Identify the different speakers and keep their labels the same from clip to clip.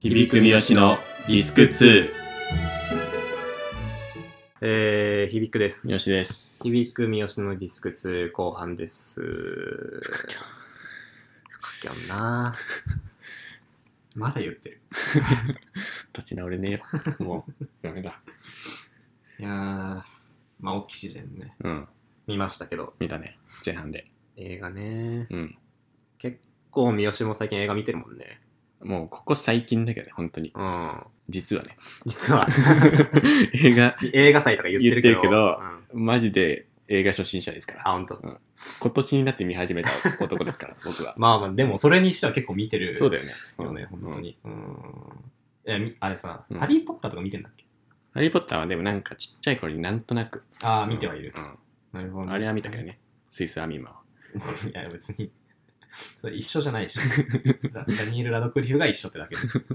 Speaker 1: 響く三好のディスク2。
Speaker 2: えー、響くです。
Speaker 1: 三好です。
Speaker 2: 響く三好のディスク2後半です。かきょん。かきょんなまだ言ってる。
Speaker 1: 立ち直れねえよ。もう、ダメだ。
Speaker 2: いやー、まあ、オキシジェンね。
Speaker 1: うん。
Speaker 2: 見ましたけど、
Speaker 1: 見たね。前半で。
Speaker 2: 映画ね。
Speaker 1: うん。
Speaker 2: 結構三好も最近映画見てるもんね。
Speaker 1: もう、ここ最近だけどね、本当に。
Speaker 2: うん。
Speaker 1: 実はね。
Speaker 2: 実は、
Speaker 1: 映画、
Speaker 2: 映画祭とか言ってるけど。
Speaker 1: 言ってるけど
Speaker 2: うん、
Speaker 1: マジで映画初心者ですから。
Speaker 2: あ、ほんと。
Speaker 1: 今年になって見始めた男です から、僕は。
Speaker 2: まあまあ、でもそれにしては結構見てる。
Speaker 1: そうだよね。
Speaker 2: よね、
Speaker 1: うん
Speaker 2: 本当。に。うん。え、みあれさ、
Speaker 1: うん
Speaker 2: ハリー・ポッターとか見てんだっけ
Speaker 1: ハリー・ポッターはでもなんかちっちゃい頃になんとなく。
Speaker 2: ああ、見てはいる
Speaker 1: う。ん
Speaker 2: なるほどね
Speaker 1: あれは見たけどね。スイスアミーマンは。
Speaker 2: いや別にそれ一緒じゃないでしょダダニエル・ラドクリフが一緒ってだけで、うん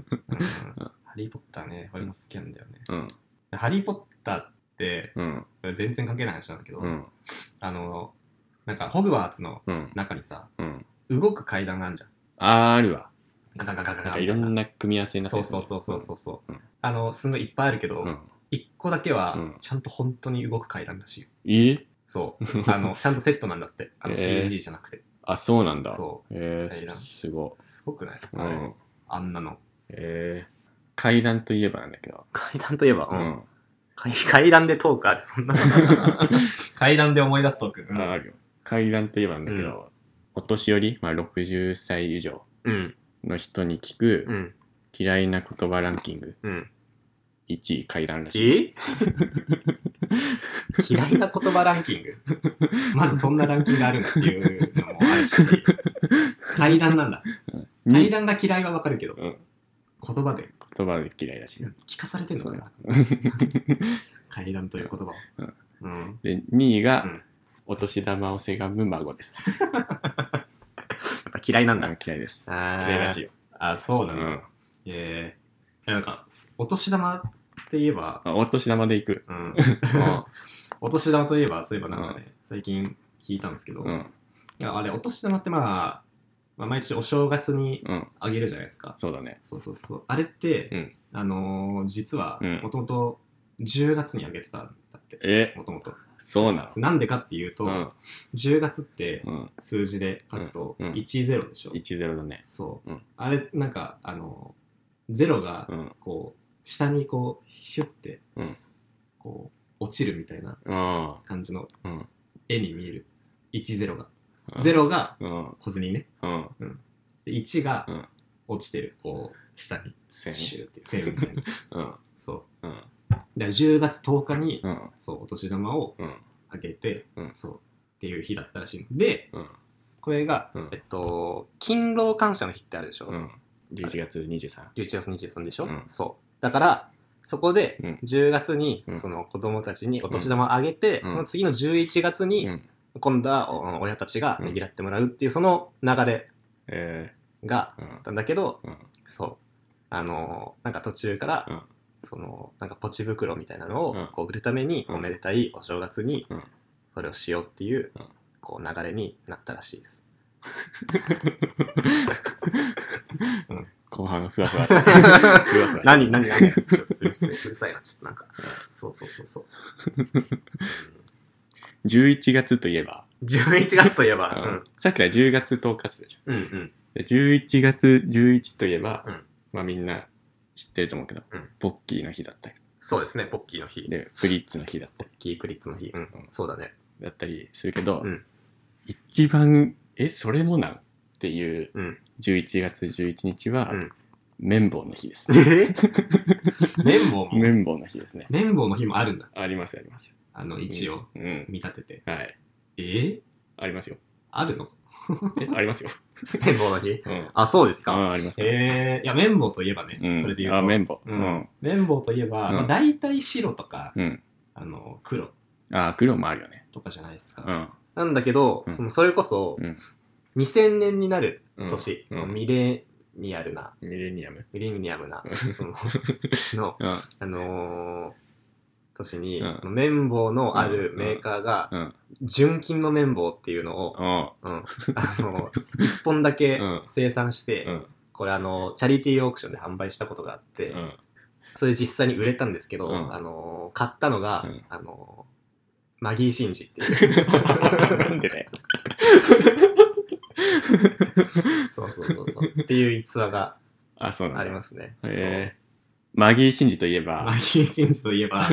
Speaker 2: ハリー・ポッターね俺も好きなんだよね、
Speaker 1: うん。
Speaker 2: ハリー・ポッターって
Speaker 1: うん。
Speaker 2: 全然関係ない話なんだけど、
Speaker 1: うん。
Speaker 2: あのなんかホグワーツの
Speaker 1: うん。
Speaker 2: 中にさ
Speaker 1: うん。
Speaker 2: 動く階段があるじゃん
Speaker 1: あーあるわ。
Speaker 2: ガガガガガ
Speaker 1: なん
Speaker 2: ガ
Speaker 1: かいろんな組み合わせになって
Speaker 2: そう
Speaker 1: る
Speaker 2: そうそうそうそうそう、
Speaker 1: うん
Speaker 2: あのすごいいっぱいあるけど、
Speaker 1: うん。
Speaker 2: 一個だけは
Speaker 1: うん
Speaker 2: ちゃんと本当に動く階段らしいよ
Speaker 1: え
Speaker 2: そうあのちゃんとセットなんだってあの
Speaker 1: えー
Speaker 2: CG じゃなくて、
Speaker 1: あ、そうなんだ。
Speaker 2: そ
Speaker 1: え
Speaker 2: 階
Speaker 1: ー、
Speaker 2: 段
Speaker 1: すご
Speaker 2: うすごくない、
Speaker 1: い。う
Speaker 2: あれ
Speaker 1: ん。
Speaker 2: あんなの
Speaker 1: えー、階段といえばなんだけど。
Speaker 2: 階段といえば、
Speaker 1: う
Speaker 2: うん
Speaker 1: ん。
Speaker 2: 階階段でトークある、そんな 階段で思い出すトーク。う
Speaker 1: あ
Speaker 2: ん。
Speaker 1: あるよ。階段といえばなんだけど、お年寄り、まあ60歳以上
Speaker 2: うん。
Speaker 1: の人に聞く
Speaker 2: うん。
Speaker 1: 嫌いな言葉ランキング
Speaker 2: うん、
Speaker 1: 1位階段らしい。
Speaker 2: え嫌いな言葉ランキングまずそんなランキングあるんだっていうのもあるし、階段なんだ。階段が嫌いはわかるけど、
Speaker 1: うん
Speaker 2: 言葉で
Speaker 1: 言葉で嫌いらしい。
Speaker 2: 聞かされてんのかな 階段という言葉を。
Speaker 1: うん
Speaker 2: うん。
Speaker 1: で、2位
Speaker 2: う
Speaker 1: が
Speaker 2: ん、
Speaker 1: お年玉をせがむ孫です。
Speaker 2: やっぱ 嫌いなんだ。
Speaker 1: うん嫌いです。
Speaker 2: あ
Speaker 1: 嫌いらしい
Speaker 2: ー
Speaker 1: よ。
Speaker 2: あ、そう
Speaker 1: う
Speaker 2: なんだ。
Speaker 1: ん。
Speaker 2: えー、なんか、お年玉って言えば、
Speaker 1: あお年玉で行 く。
Speaker 2: うん。
Speaker 1: うん。
Speaker 2: お年玉といえば、そういえばなんかね、最近聞いたんですけど、
Speaker 1: う
Speaker 2: い
Speaker 1: ん。
Speaker 2: やあれ、お年玉ってまあ、まあ、毎年お正月に
Speaker 1: うん。
Speaker 2: あげるじゃないですか。
Speaker 1: そうだね。
Speaker 2: そうそうそう。あれって、
Speaker 1: うん
Speaker 2: あのー実は
Speaker 1: うん、
Speaker 2: もともと10月にあげてたんだって、
Speaker 1: え、
Speaker 2: もともと。
Speaker 1: そうな
Speaker 2: なんでかっていうと、
Speaker 1: の
Speaker 2: 10月って
Speaker 1: うん。うん。
Speaker 2: 数字で書くと
Speaker 1: うんうん
Speaker 2: 10でしょ。
Speaker 1: 10だね。
Speaker 2: そう、
Speaker 1: うん
Speaker 2: あれ、なんか、あのー、ゼロが
Speaker 1: う、ん。
Speaker 2: こう、下にこう、ヒュッて、
Speaker 1: うん
Speaker 2: こう、落ちるみたいな
Speaker 1: うん。
Speaker 2: 感じの
Speaker 1: うん。
Speaker 2: 絵に見える。10が。0が
Speaker 1: うん。
Speaker 2: 小銭ね。
Speaker 1: うん。
Speaker 2: で、1が
Speaker 1: うん
Speaker 2: 落ちてる、こう、下に、
Speaker 1: せん。
Speaker 2: シューって、線みたいな。
Speaker 1: うん。
Speaker 2: そう
Speaker 1: うん。。
Speaker 2: だから10月10日に、
Speaker 1: うん。
Speaker 2: そう、お年玉を
Speaker 1: うん。
Speaker 2: あげて、
Speaker 1: うん
Speaker 2: そう、っていう日だったらしいので、
Speaker 1: うん。
Speaker 2: これが、
Speaker 1: うん
Speaker 2: えっと、勤労感謝の日ってあるでしょ、
Speaker 1: うん。11月23。
Speaker 2: 11月23でしょ、
Speaker 1: うん
Speaker 2: そう。だから、そこで
Speaker 1: うん
Speaker 2: 10月に
Speaker 1: うん
Speaker 2: その子供たちにお年玉をあげて、
Speaker 1: うん
Speaker 2: その次の11月に
Speaker 1: うん。
Speaker 2: 今度はお親たちがねぎらってもらうっていうその流れ
Speaker 1: え
Speaker 2: が
Speaker 1: ーうん
Speaker 2: だったんだけど、
Speaker 1: うん
Speaker 2: そうあのーなんか途中から、
Speaker 1: うん
Speaker 2: そのなんかポチ袋みたいなのを
Speaker 1: うん
Speaker 2: こう売るために、
Speaker 1: うん
Speaker 2: おめでたいお正月に
Speaker 1: うん
Speaker 2: それをしようっていう,、
Speaker 1: うん
Speaker 2: こう流れになったらしいです。
Speaker 1: 後半ふわふわして。ふわふわして
Speaker 2: 何 何何ちょうるせえうるさいなちょっとなんかそうそうそうそう。
Speaker 1: 11月といえば、
Speaker 2: 11月といえば、
Speaker 1: うんさっきから10月10日でしょ。
Speaker 2: うん、うんうん
Speaker 1: で11月11といえば、
Speaker 2: うん
Speaker 1: まあみんな知ってると思うけど、
Speaker 2: うん
Speaker 1: ポッキーの日だったり、
Speaker 2: そうですねポッキーの日
Speaker 1: で、フリッツの日だったり、
Speaker 2: キープリッツの日、うん
Speaker 1: うん
Speaker 2: そうだね
Speaker 1: だったりするけど、
Speaker 2: うん
Speaker 1: 一番、え、それもなんっていう
Speaker 2: うん
Speaker 1: 11月11日は、
Speaker 2: うん
Speaker 1: 綿棒の日です。
Speaker 2: 綿棒 も
Speaker 1: 綿棒の日ですね。
Speaker 2: 綿棒の日もあるんだ
Speaker 1: ありますあります。
Speaker 2: あの一応
Speaker 1: うん。
Speaker 2: 見立てて、
Speaker 1: はい。
Speaker 2: えー、
Speaker 1: ありますよ。
Speaker 2: あるの
Speaker 1: えありますよ。
Speaker 2: 綿棒の日
Speaker 1: うん。
Speaker 2: あそうですか
Speaker 1: あありますね。
Speaker 2: えー、いや綿棒といえばね、
Speaker 1: うん、
Speaker 2: それで言う
Speaker 1: あ、
Speaker 2: と
Speaker 1: 綿棒。う
Speaker 2: うんん。綿棒といえば、
Speaker 1: うん
Speaker 2: まあ、大体白とか、
Speaker 1: うん。
Speaker 2: あの黒
Speaker 1: あ、黒もあるよね。
Speaker 2: とかじゃないですか、
Speaker 1: うん。
Speaker 2: なんだけど、
Speaker 1: うん
Speaker 2: そのそれこそ、
Speaker 1: うん
Speaker 2: 2000年になる
Speaker 1: うん
Speaker 2: 年、
Speaker 1: うん
Speaker 2: ミレニアルな
Speaker 1: ミレニアム。
Speaker 2: ミレニアムな
Speaker 1: うん
Speaker 2: そのの
Speaker 1: うん。
Speaker 2: あのー年に、
Speaker 1: うん
Speaker 2: その綿棒のあるメーカーが、
Speaker 1: うん。
Speaker 2: 純金の綿棒っていうのを、
Speaker 1: うん。
Speaker 2: うんあのー一本だけ
Speaker 1: うん
Speaker 2: 生産して、
Speaker 1: うん。
Speaker 3: これあの、チャリティーオークションで販売したことがあって、
Speaker 1: うん。
Speaker 3: それ実際に売れたんですけど、
Speaker 1: うん
Speaker 3: あの、買ったのが、
Speaker 1: うん
Speaker 3: あの、マギー・シンジっていう。
Speaker 1: なんでね。
Speaker 3: そうそうそうそう。っていう逸話が
Speaker 1: あ、そうなんだ。
Speaker 3: ありますね。
Speaker 1: えーマギー・シンジといえば
Speaker 2: マ、ギー・シンジと いえば、うん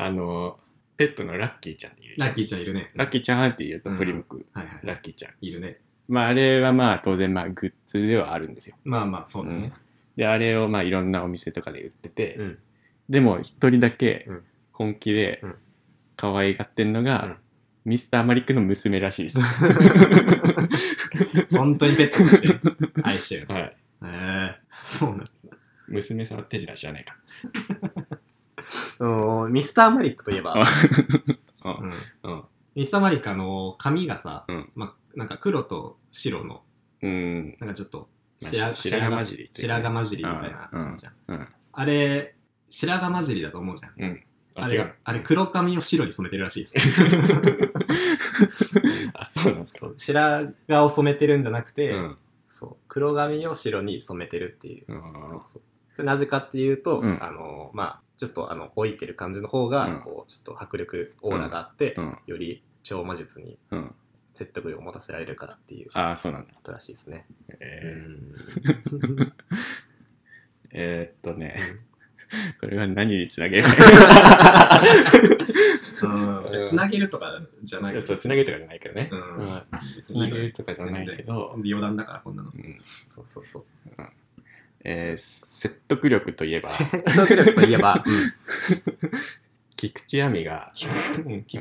Speaker 1: あの、ペットのラッキーちゃんっていう。
Speaker 2: ラッキーちゃんいるね。
Speaker 1: ラッキーちゃんって言うと振り向く、
Speaker 2: はいはい。
Speaker 1: ラッキーちゃん。
Speaker 2: いるね。
Speaker 1: まあ、あれはまあ、当然、まあ、グッズではあるんですよ。
Speaker 2: まあまあ、そうだね。
Speaker 1: で、あれをまあ、いろんなお店とかで売ってて、
Speaker 3: うん
Speaker 1: でも、一人だけ
Speaker 3: うん
Speaker 1: 本気で
Speaker 3: うん
Speaker 1: 可愛がってんのが、
Speaker 3: うん
Speaker 1: ミスターマリックの娘らしいです。
Speaker 2: 本当にペットとして愛してる。
Speaker 1: はい。
Speaker 2: えー、そうなんだ。
Speaker 1: 娘さんは手品知らないか。
Speaker 3: うんミスター・マリックといえば、
Speaker 2: うん
Speaker 1: うん。
Speaker 2: ミスターマリックあの髪がさ、
Speaker 1: うん
Speaker 2: まあ、なんか黒と白の
Speaker 1: うん。
Speaker 2: なんかちょっと
Speaker 1: まあ
Speaker 2: 白
Speaker 1: 白髪混じりというか
Speaker 2: 白髪混じりみたいな感じじゃ
Speaker 1: う
Speaker 2: ん、
Speaker 1: ん。
Speaker 2: あれ白髪混じりだと思うじゃんあ
Speaker 1: あ、違
Speaker 2: れ
Speaker 1: うの。
Speaker 2: あれ黒髪を白に染めてるらしいです
Speaker 1: あ、そうなんですか。
Speaker 3: そう白髪を染めてるんじゃなくて、
Speaker 1: うん。
Speaker 3: そう黒髪を白に染めてるっていう。
Speaker 1: うん
Speaker 3: そうそうそれなぜかっていうと、
Speaker 1: うん
Speaker 3: あのまあちょっとあの老いてる感じの方が、
Speaker 1: うん
Speaker 3: こうちょっと迫力オーラがあって、
Speaker 1: うん。
Speaker 3: より超魔術に
Speaker 1: うん。
Speaker 3: 説得力を持たせられるからっていうこ
Speaker 1: ああ、そうなんだ。
Speaker 3: とらしいですね。
Speaker 2: う
Speaker 1: え ー
Speaker 2: ん
Speaker 1: えーっとね、 これは何につなげ るか。
Speaker 2: うん
Speaker 1: うん
Speaker 2: つなげるとかじゃない
Speaker 1: そう、つなげるとかじゃないけどね
Speaker 2: う。ん
Speaker 1: うん。
Speaker 2: 別
Speaker 1: つ
Speaker 2: に
Speaker 1: なげるとかじゃないけど、
Speaker 2: 余談だからこんなの
Speaker 1: うん
Speaker 3: そうそう そう。
Speaker 1: えー説得力とい えば、
Speaker 3: 説得力といえば、
Speaker 1: 菊池亜美が、
Speaker 2: 菊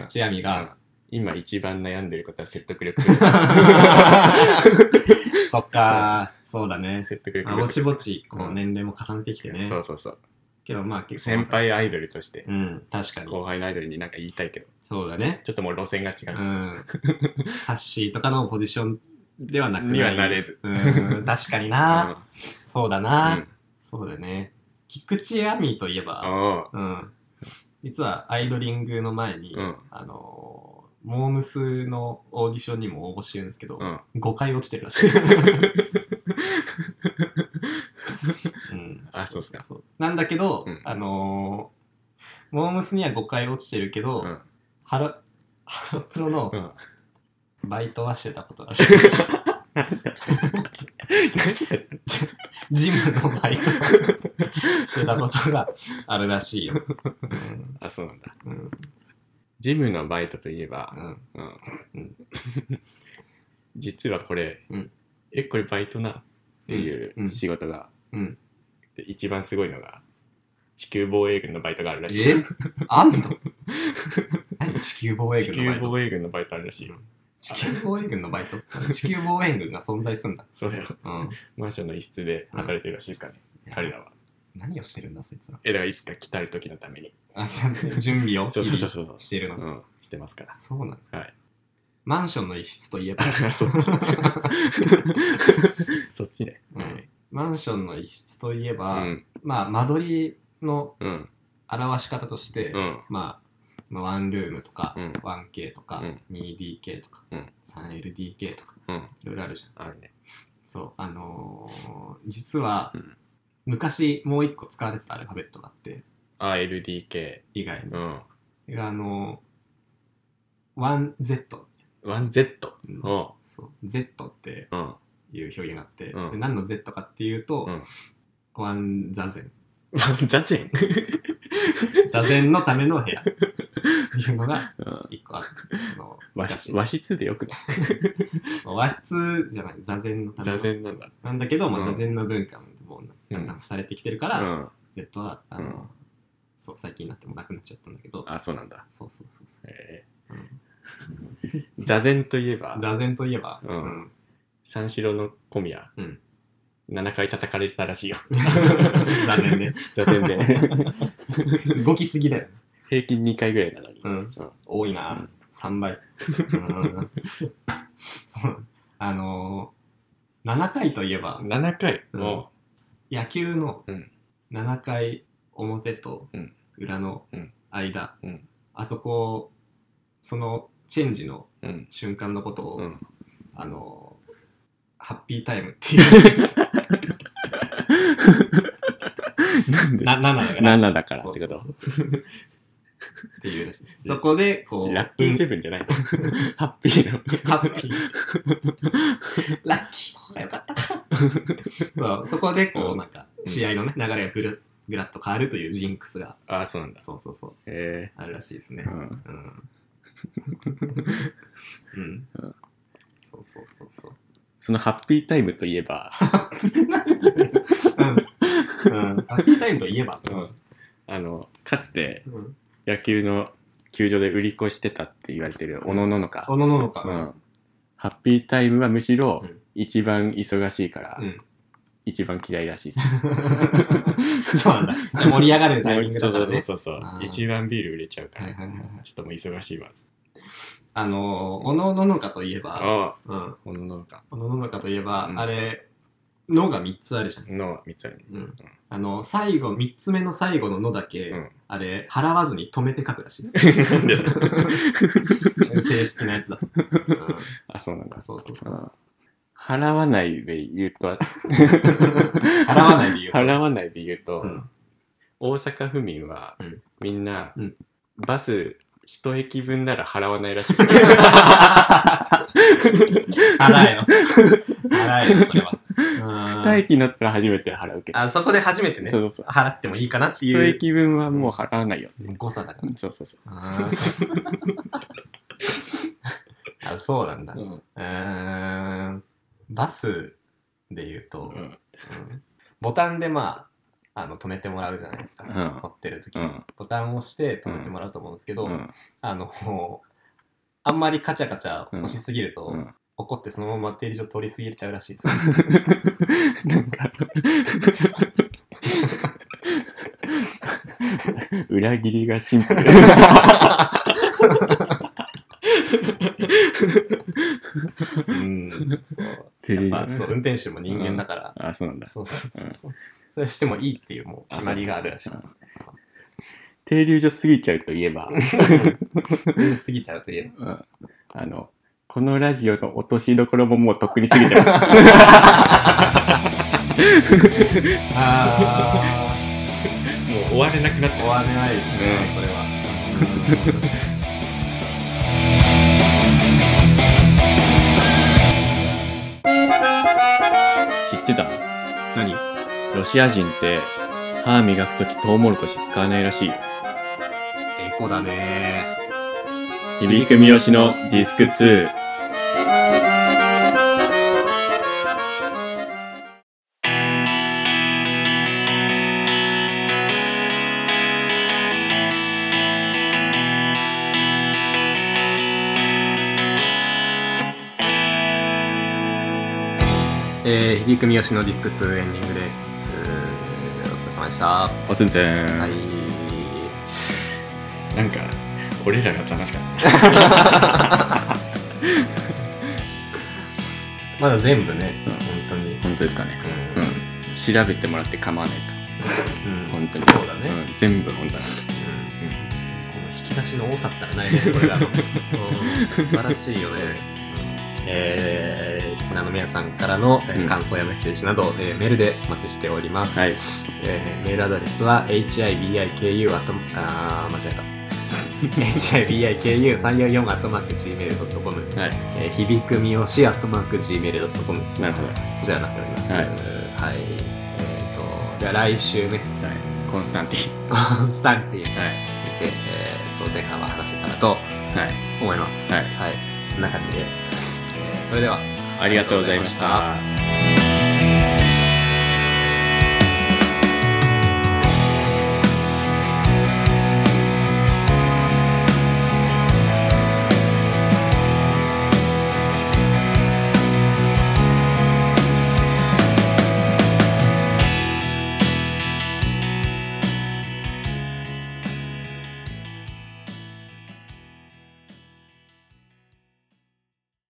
Speaker 2: 池亜美 が、
Speaker 1: 今一番悩んでることは説得力。
Speaker 2: そっかーそうだね
Speaker 1: 説得力
Speaker 2: ま
Speaker 1: 不
Speaker 2: あぼ
Speaker 1: 足
Speaker 2: ちぼちこ
Speaker 1: う
Speaker 2: うん年齢も重ねてきてね、
Speaker 1: そうそうそう。
Speaker 2: けどまあ結構
Speaker 1: 先輩アイドルとして、
Speaker 2: うん確かに
Speaker 1: 後輩のアイドルになんか言いたいけど、
Speaker 2: そうだね
Speaker 1: ちょっともう路線が違
Speaker 2: う
Speaker 1: う。
Speaker 2: んサッシーとかのポジションではなく
Speaker 1: にはなれず。
Speaker 2: うん確かに な、そうだ
Speaker 1: うん
Speaker 2: な、
Speaker 1: うん
Speaker 2: そうだね菊池亜美といえば、
Speaker 1: あ
Speaker 2: うん、実はアイドリングの前に、
Speaker 1: ーうん。
Speaker 2: あのーモームスのオーディションにも応募してるんですけど、
Speaker 1: うん。
Speaker 2: 5回落ちてるらしい、うん、
Speaker 1: あそうっすか
Speaker 2: そうなんだけど、
Speaker 1: うん
Speaker 2: あのーモームスには5回落ちてるけど、
Speaker 1: うん
Speaker 2: ハロハロプロの
Speaker 1: うん
Speaker 2: バイトはしてたことある。ジムのバイトしてたことがあるらしいよ。うん
Speaker 1: あ、そうなんだ。
Speaker 2: うん
Speaker 1: ジムのバイトといえば
Speaker 2: う、ん
Speaker 1: うん
Speaker 2: うん
Speaker 1: 実はこれ、
Speaker 2: うん
Speaker 1: えこれバイトなっていう
Speaker 2: うんうん
Speaker 1: 仕事が、
Speaker 2: うん
Speaker 1: で一番すごいのが地球防衛軍のバイトがあるらしい
Speaker 2: えあんの何地球防衛
Speaker 1: 地
Speaker 2: 軍のバ
Speaker 1: 球
Speaker 2: イト
Speaker 1: 防衛軍のバイトあるらしいよ、
Speaker 2: 地球防衛軍のバイ ト地球防衛軍が存在すんだ。
Speaker 1: そうだよ
Speaker 2: うん、
Speaker 1: マンションの一室で働いてるらしいですからね、彼らは
Speaker 2: 何をしてるんだ、そいつら。
Speaker 1: えだからいつか来たる時のために
Speaker 2: あ 準備を
Speaker 1: そうそうそうそう
Speaker 2: してるの。
Speaker 1: うん、してます から
Speaker 2: そうなんですか。
Speaker 1: はい
Speaker 2: マンションの一室といえば、
Speaker 1: そっち そっちね
Speaker 2: うんマンションの一室といえ
Speaker 1: う
Speaker 2: ば、
Speaker 1: ん
Speaker 2: まあ間取りの
Speaker 1: うん
Speaker 2: 表し方として、
Speaker 1: うん
Speaker 2: まあ、まあワンルームとか、
Speaker 1: うん
Speaker 2: 1K とか、
Speaker 1: うん
Speaker 2: 2DK とか、
Speaker 1: うん
Speaker 2: 3LDK とか
Speaker 1: うん
Speaker 2: いろいろあるじゃん
Speaker 1: あるね
Speaker 2: そうあのー実は、
Speaker 1: うん
Speaker 2: 昔もう一個使われてたアルファベットがあって
Speaker 1: RDK
Speaker 2: 以外に
Speaker 1: う、ん
Speaker 2: あのー、1Z
Speaker 1: 1Z
Speaker 2: うん
Speaker 1: うん
Speaker 2: そう Z って
Speaker 1: うん
Speaker 2: いう表現があって、
Speaker 1: うん
Speaker 2: それ何の Z かっていうと、
Speaker 1: うん
Speaker 2: ワン座禅
Speaker 1: 座禅
Speaker 2: 座禅のための部屋っていうのが
Speaker 1: うん
Speaker 2: 一個あってその
Speaker 1: 和
Speaker 2: 昔
Speaker 1: 室和室でよくね。
Speaker 2: そう和室じゃない座禅のための
Speaker 1: 座禅なんだ
Speaker 2: そうなんだけど、ま
Speaker 1: う
Speaker 2: あ、
Speaker 1: ん
Speaker 2: 座禅の文化ももうだんだんされてきてるから、
Speaker 1: うん。
Speaker 2: Z はあの、
Speaker 1: うん
Speaker 2: そう最近になってもなくなっちゃったんだけど
Speaker 1: あ、そうなんだ。
Speaker 2: そうそうそうそ
Speaker 1: え
Speaker 2: う、うん
Speaker 1: ー座禅といえば、
Speaker 2: 座禅といえば、
Speaker 1: うん
Speaker 2: うん
Speaker 1: 三四郎の小宮、
Speaker 2: うん
Speaker 1: 7回叩かれたらしいよ。
Speaker 2: 座 禅ね
Speaker 1: 座禅で。
Speaker 2: 動きすぎだよ、
Speaker 1: 平均2回ぐらいなのに。
Speaker 2: うん
Speaker 1: うん
Speaker 2: 多いな、3倍、うん、そう あのー、7回といえば
Speaker 1: 7回
Speaker 2: うん
Speaker 1: も
Speaker 2: 野球の
Speaker 1: うん
Speaker 2: 7回表と
Speaker 1: うん
Speaker 2: 裏の
Speaker 1: うん
Speaker 2: 間、
Speaker 1: うん
Speaker 2: あそこそのチェンジの
Speaker 1: う、うん。
Speaker 2: 瞬間のことを、
Speaker 1: うん
Speaker 2: あの
Speaker 4: ハッピータイムっていう。
Speaker 1: なんで
Speaker 4: な、7だから。
Speaker 1: 7だからってこと
Speaker 4: そうそうそうそうっていう らしいです。
Speaker 2: そこで、こう、
Speaker 1: ラッキーセブンじゃないの ハッピーなの
Speaker 2: ハッピー。 ラッキーの方が良かったか。 そうそこで、こ
Speaker 1: う
Speaker 2: う、
Speaker 1: ん
Speaker 2: なんか、試合のね、流れがぐる、ぐらっと変わるというジンクスが、
Speaker 1: ああそうなんだ
Speaker 2: そうそうそう、
Speaker 1: え
Speaker 2: あるらしいですね
Speaker 1: え。うん
Speaker 2: うん。うん
Speaker 1: う。
Speaker 2: そうそうそうそう。
Speaker 1: そのハッピータイムといえば
Speaker 4: うん。うん。ハッピータイムといえば。
Speaker 1: うんあのかつて
Speaker 2: うん
Speaker 1: 野球の球場で売り越してたって言われてるおのののか、
Speaker 4: おののの
Speaker 1: う
Speaker 4: か。
Speaker 1: ん、ハッピータイムはむしろ
Speaker 4: うん
Speaker 1: 一番忙しいから、
Speaker 4: うん
Speaker 1: 一番嫌いらしいです
Speaker 4: そうなんだ。じゃあ盛り上がるタイミング
Speaker 1: そ
Speaker 4: だか
Speaker 1: うそ
Speaker 4: ら
Speaker 1: うそう
Speaker 4: ね。
Speaker 1: そうそう
Speaker 4: あー
Speaker 1: 一番ビール売れちゃうから、
Speaker 2: はいはいはいはい。
Speaker 1: ちょっともう忙しいわ
Speaker 2: あのー、おのののかといえば、
Speaker 1: ああ
Speaker 2: うん。
Speaker 1: おのののか
Speaker 2: おのののかといえば、
Speaker 1: うん
Speaker 2: あれ、のが3つあるじゃん。
Speaker 1: のみたい
Speaker 2: うん。あの、最後、3つ目の最後ののだけ、
Speaker 1: うん
Speaker 2: あれ、払わずに止めて書くらしいです。
Speaker 1: なんでだ
Speaker 2: 正式なやつだ。うん
Speaker 1: あそうなんだ
Speaker 2: そうそうそうそう。
Speaker 1: 払わないで言うと
Speaker 2: 払わない理 由。
Speaker 1: 払わないで言うと、
Speaker 2: うん
Speaker 1: 大阪府民は、
Speaker 4: うん
Speaker 1: みんな、
Speaker 2: うん
Speaker 1: バス一駅分なら払わないらしいです
Speaker 2: 払えよ。払えよ、それは。
Speaker 1: 二
Speaker 2: うん
Speaker 1: 駅になったら初めて払うけど、
Speaker 2: あそこで初めてね、
Speaker 1: そうそうそう
Speaker 2: 払ってもいいかなって
Speaker 1: 一
Speaker 2: いう
Speaker 1: 駅分はもう払わないよ、
Speaker 2: 誤差だか
Speaker 1: そうそうそう、
Speaker 2: ら。 あ、そうなんだ。
Speaker 1: う
Speaker 2: う
Speaker 1: ん
Speaker 2: ーん。バスで言うと、
Speaker 1: うん
Speaker 2: うんボタンでまあ、あの、止めてもらうじゃないですか。
Speaker 1: うん
Speaker 2: 乗ってる時に、
Speaker 1: うん
Speaker 2: ボタンを押して止めてもらうと思うんですけど、
Speaker 1: うん
Speaker 2: あの、あんまりカチャカチャ押しすぎると、
Speaker 1: うん
Speaker 2: 怒ってそのまま停留所通り過ぎちゃうらしいです。
Speaker 1: なんか裏切りがシンプ ル
Speaker 2: うん、そう。
Speaker 1: て
Speaker 2: や
Speaker 1: い
Speaker 2: っ
Speaker 1: う
Speaker 2: ぱそう運転手も人間だから、
Speaker 1: あそうなんだ
Speaker 2: そうそうそうそう。それしてもいいっていうもう決まりがあるらしい。
Speaker 1: うん停留所過ぎちゃうといえば、
Speaker 2: うん過ぎちゃうといえ
Speaker 1: うんあのこのラジオの落としどころも もうとっくに過ぎてます
Speaker 2: ば。あ
Speaker 1: もう終われなくなっ
Speaker 2: あ、
Speaker 1: て
Speaker 2: 終われないですね、これは。
Speaker 1: 知ってた何ロシア人って歯磨くときトウモロコシ使わないらしい
Speaker 2: エコだね
Speaker 1: 響く三好のディスク2
Speaker 2: えー、響く三好のディスク2エンディングです。えーお疲れ様でした。は
Speaker 1: おつんつん、
Speaker 2: い。
Speaker 1: なんか俺らが楽しかっ
Speaker 4: まだ全部ね、
Speaker 1: うん
Speaker 4: 本当に。
Speaker 1: た本当ですかね
Speaker 4: うん
Speaker 1: うん調べてもらって構わないですか
Speaker 4: うん
Speaker 1: 本当に
Speaker 4: そうだね。
Speaker 1: うん、全部本当なんで
Speaker 4: うん
Speaker 2: この引き出しの多さったら ないね、これらの。うん素晴らしいよね。えー、リスナーの皆さんからの、えー
Speaker 1: うん
Speaker 2: 感想やメッセージなど、えーメールでお待ちしております。
Speaker 1: はい
Speaker 2: えーメールアドレスは hibiku あとあー間違えた hibiku344 あとマーク gmail.com、
Speaker 1: はい
Speaker 2: えー響くみよしあとマーク gmail.com こ
Speaker 1: なるほど、は
Speaker 2: ちらになっております
Speaker 1: はい
Speaker 2: はいえーとでは来週ね
Speaker 1: い、コンスタンティン
Speaker 2: コンスタンティンにて、
Speaker 1: は
Speaker 2: えーと前半は話せたらと
Speaker 1: い、はい、
Speaker 2: 思います
Speaker 1: はい
Speaker 2: こんな感じで、えーそれでは
Speaker 1: ありがとうございました